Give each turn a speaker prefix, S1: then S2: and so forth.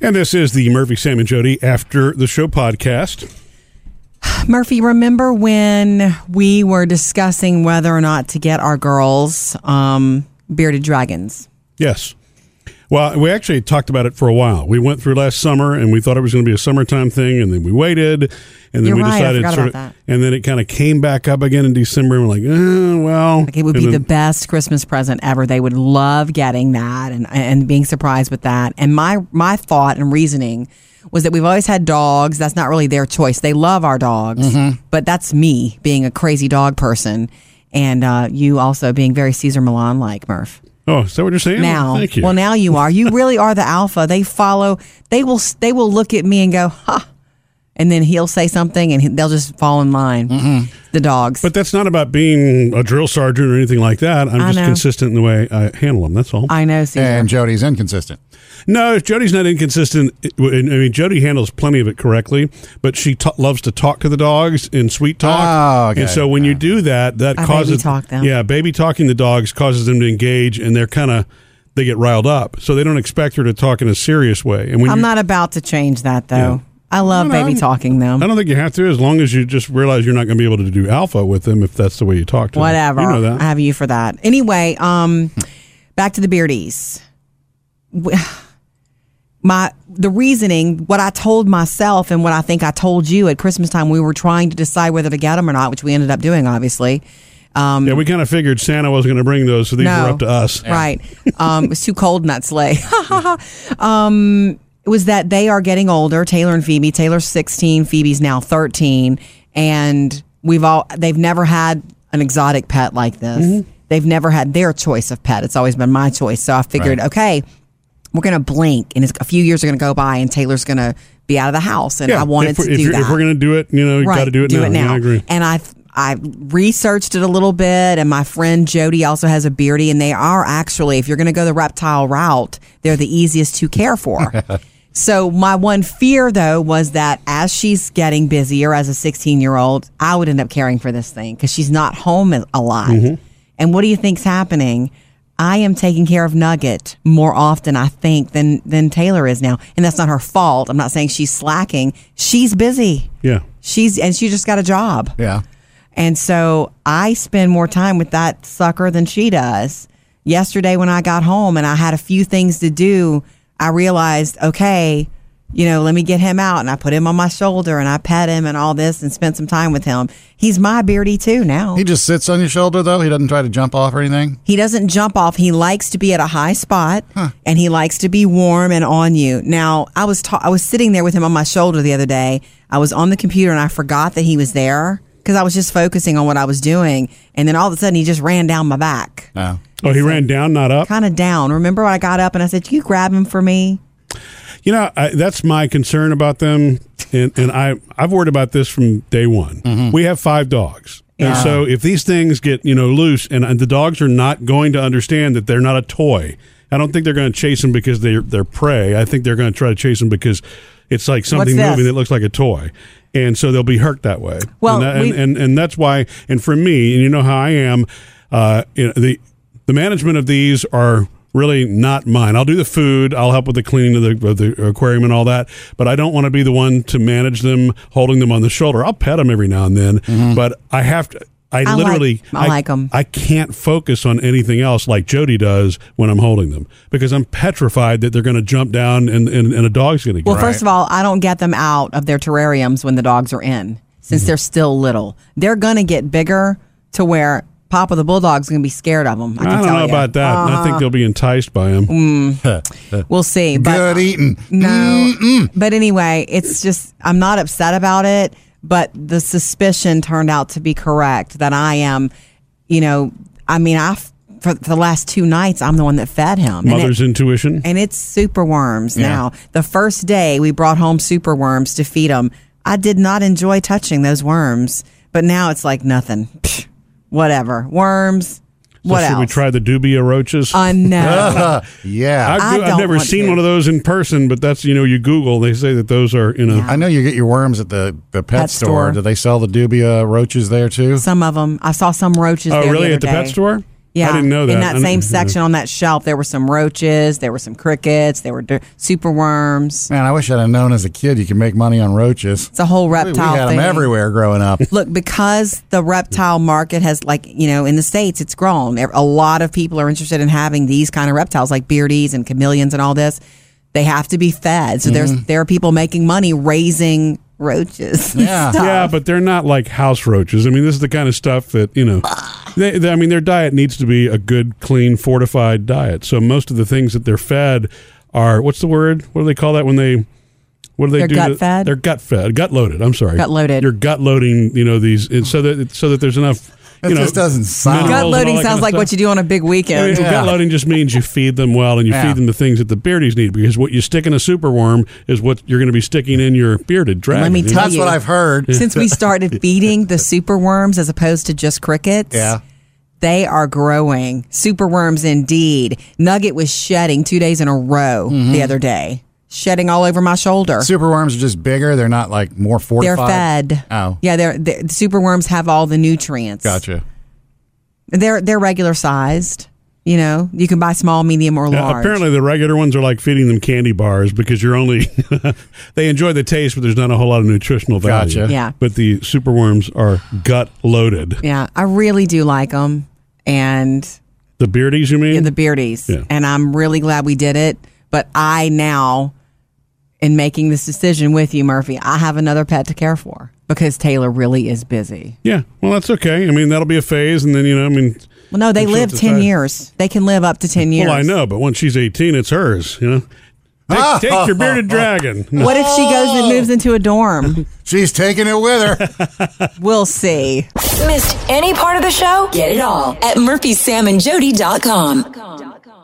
S1: And this is the Murphy, Sam, and Jody After the Show podcast.
S2: Murphy, remember when we were discussing whether or not to get our girls um, bearded dragons?
S1: Yes. Well, we actually talked about it for a while. We went through last summer and we thought it was going to be a summertime thing, and then we waited, and then
S2: You're
S1: we
S2: right, I
S1: decided
S2: forgot
S1: sort
S2: about
S1: of, and then it kind of came back up again in December. And we're like, eh, well,
S2: Like it would
S1: and
S2: be the
S1: then-
S2: best Christmas present ever. They would love getting that and and being surprised with that. And my my thought and reasoning was that we've always had dogs. That's not really their choice. They love our dogs, but that's me being a crazy dog person, and uh, you also being very Caesar Milan like Murph.
S1: oh, is that what you're saying?
S2: now.
S1: thank you.
S2: Well, now you are. You really are the alpha. They follow. They will. They will look at me and go, "Ha," and then he'll say something, and he- they'll just fall in line. The dogs.
S1: Mm-hmm. but that's not about being a drill sergeant or anything like that. I'm
S2: I
S1: just
S2: know.
S1: consistent in the way I handle them. That's all.
S2: I know. Caesar.
S3: And Jody's inconsistent.
S1: No, Jody's not inconsistent. I mean, Jody handles plenty of it correctly, but she ta loves to talk to the dogs and sweet talk.
S3: Oh, okay.
S1: And so when you do that, that
S2: I baby
S1: causes
S2: talk them.
S1: Yeah, baby talking the dogs causes them to engage, and they're kind of they get riled up, so they don't expect her to talk in a serious way. And when
S2: I'm
S1: you,
S2: not about to change that though.
S1: Yeah.
S2: I love
S1: No, no,
S2: baby
S1: I'm-
S2: talking them.
S1: I don't think you have to, as long as you just realize you're not going to be able to do alpha with them if that's the way you talk to
S2: Whatever.
S1: them. You know
S2: I
S1: that.
S2: have you for that. Anyway, um, back to the beardies. W- My the reasoning, what I told myself, and what I think I told you at Christmas time, we were trying to decide whether to get them or not, which we ended up doing, obviously. Um,
S1: Yeah, we kind of figured Santa wasn't going to bring those, so these
S2: No.
S1: were up to us.
S2: Right. Um, it was too cold in that sleigh. um, it was that they are getting older. Taylor and Phoebe. Taylor's 16. Phoebe's now 13. And we've all they've never had an exotic pet like this.
S1: Mm-hmm.
S2: They've never had their choice of pet. It's always been my choice. So I figured,
S3: Right.
S2: okay, we're gonna blink, and it's, a few years are gonna go by, and Taylor's gonna be out of the house. And I wanted
S1: if,
S2: to
S1: we're-
S2: do
S1: if you're-
S2: that.
S1: If we're going to do it, you know, you got to do it now. Yeah, I agree.
S2: And I I researched it a little bit, and my friend Jody also has a beardy, and they are actually, if you're going to go the reptile route, they're the easiest to care for. so my one fear though was that as she's getting busier as a 16 year old, I would end up caring for this thing because she's not home a a lot.
S1: Mm-hmm.
S2: And what do you think's happening? I am taking care of Nugget more often, I think, than than Taylor is now, and that's not her fault. I'm not saying she's slacking. She's busy.
S1: Yeah.
S2: She's and she just got a job.
S3: Yeah.
S2: And so I spend more time with that sucker than she does. Yesterday when I got home and I had a few things to do, I realized, okay, you know, let me get him out and I put him on my shoulder and I pet him and all this and spent some time with him. He's my beardy too now.
S3: He just sits on your shoulder, though. He doesn't try to jump off or anything.
S2: He doesn't jump off. He likes to be at a high spot and he likes to be warm and on you. Now, I was ta- I was sitting there with him on my shoulder the other day. I was on the computer and I forgot that he was there cuz I was just focusing on what I was doing and then all of a sudden he just ran down my back.
S3: No.
S1: Oh, he ran down, not up.
S2: Kind of down. Remember when I got up and I said, "You grab him for me."
S1: You know, I, that's my concern about them, and and I I've worried about this from day one. We have five dogs, and
S2: Mm-hmm. Yeah.
S1: so if these things get you know loose, and, and the dogs are not going to understand that they're not a toy. I don't think they're going to chase them because they're they're prey. I think they're going to try to chase them because it's like something
S2: this?
S1: moving that looks like a toy. And so they'll be hurt that way. and,
S2: Well,
S1: that- and,
S2: we-
S1: and and that's why. And for me, and you know how I am, uh, you know, the the management of these are really not mine. I'll do the food, I'll help with the cleaning of the, of the aquarium and all that, but I don't want to be the one to manage them, holding them on the shoulder. I'll pet them every now and then, but I have to. I,
S2: like-
S1: literally,
S2: Mm-hmm. I like 'em.
S1: I can't focus on anything else like Jody does when I'm holding them because I'm petrified that they're going to jump down and, and, and a dog's going to get.
S2: Well,
S1: them.
S2: first of all, I don't get them out of their terrariums when the dogs are in, since
S1: Mm-hmm.
S2: they're still little. They're gonna get bigger to where Papa the Bulldog's gonna be scared of them. I, can
S1: I don't
S2: tell
S1: know
S2: Uh-huh. Mm, you.
S1: about that. I think they'll be enticed by him.
S2: We'll see. But
S3: Good eating.
S2: No. But anyway, it's just, I'm not upset about it, but the suspicion turned out to be correct that I am, you know, I mean, I, for, for the last two nights, I'm the one that fed him. And, it-
S1: Mother's intuition.
S2: and it's super worms now. The first day we brought home super worms to feed him, I did not enjoy touching those worms, but now it's like nothing. Psh, whatever. Worms. What Uh,
S1: should
S2: else?
S1: we try the dubia roaches?
S2: I know.
S3: Yeah.
S2: I
S1: I've, I've
S2: don't
S1: never
S2: want
S1: seen
S2: to.
S1: one of those in person, but that's you know you Google, they say that those are you know.
S3: I know you get your worms at the, the pet,
S2: Pet
S3: store.
S2: store.
S3: Do they sell the dubia roaches there too?
S2: some of them. I saw some roaches.
S1: Oh
S2: there
S1: really?
S2: The other
S1: At the
S2: day.
S1: pet store?
S2: Yeah,
S1: I didn't know that.
S2: In
S1: I
S2: that
S1: didn't-
S2: same
S1: yeah.
S2: section on that shelf, there were some roaches, there were some crickets, there were d- super worms.
S3: Man, I wish I'd have known as a kid you could make money on roaches.
S2: It's a whole
S3: We,
S2: reptile
S3: we had
S2: thing.
S3: them everywhere growing up.
S2: Look, because the reptile market has, like, you know, in the States, it's grown. A lot of people are interested in having these kind of reptiles, like beardies and chameleons and all this. They have to be fed. So
S1: Mm-hmm.
S2: there's there are people making money raising roaches. and
S3: Yeah.
S2: stuff.
S1: Yeah, but they're not like house roaches. I mean, this is the kind of stuff that you know. They, they- I mean, their diet needs to be a good, clean, fortified diet. So most of the things that they're fed are what's the word? What do they call that when they? What do they
S2: They're
S1: do?
S2: gut
S1: to-
S2: fed?
S1: They're gut fed, gut loaded. I'm sorry,
S2: Gut loaded.
S1: You're gut loading. You know these it's so that so that there's enough.
S3: It
S1: You know,
S3: just doesn't sound-
S1: minerals
S2: Gut
S1: and all
S2: loading
S1: that
S2: sounds
S1: kind of
S2: like
S1: stuff.
S2: what you do on a big
S1: I mean,
S2: weekend.
S3: Yeah.
S1: Gut loading just means you feed them well and you
S3: Yeah.
S1: feed them the things that the beardies need because what you stick in a superworm is what you're going to be sticking in your bearded dragon.
S2: me
S1: you know?
S2: tell
S3: That's what
S2: you.
S3: I've heard.
S2: Since we started feeding the super worms as opposed to just crickets.
S3: Yeah.
S2: They are growing. Superworms indeed. Nugget was shedding two days in a row the other day, shedding all over my shoulder.
S3: Superworms are just bigger. They're not like more
S2: they're
S3: fortified.
S2: fed.
S3: Oh.
S2: Yeah, they're, they superworms have all the nutrients.
S3: Gotcha.
S2: They're they're regular sized. You know, you can buy small, medium, or
S1: Yeah,
S2: large.
S1: apparently, the regular ones are like feeding them candy bars because you're only they enjoy the taste, but there's not a whole lot of nutritional value.
S3: Gotcha.
S2: Yeah.
S1: But the superworms are gut loaded.
S2: Yeah, I really do like them, and
S1: The beardies, you mean?
S2: in the beardies,
S1: Yeah.
S2: and I'm really glad we did it. But I now, in making this decision with you, Murphy, I have another pet to care for because Taylor really is busy.
S1: yeah. Well, that's okay. I mean, that'll be a phase, and then you know, I mean,
S2: Well, no, they
S1: Until
S2: live
S1: it's
S2: ten
S1: decided.
S2: years. They can live up to ten years.
S1: well, I know, but once she's 18, it's hers. You know, take, take your bearded dragon. No.
S2: What if she goes and moves into a dorm?
S3: She's taking it with her.
S2: we'll see.
S4: Missed any part of the show? Get it all at murphysamandjody.com.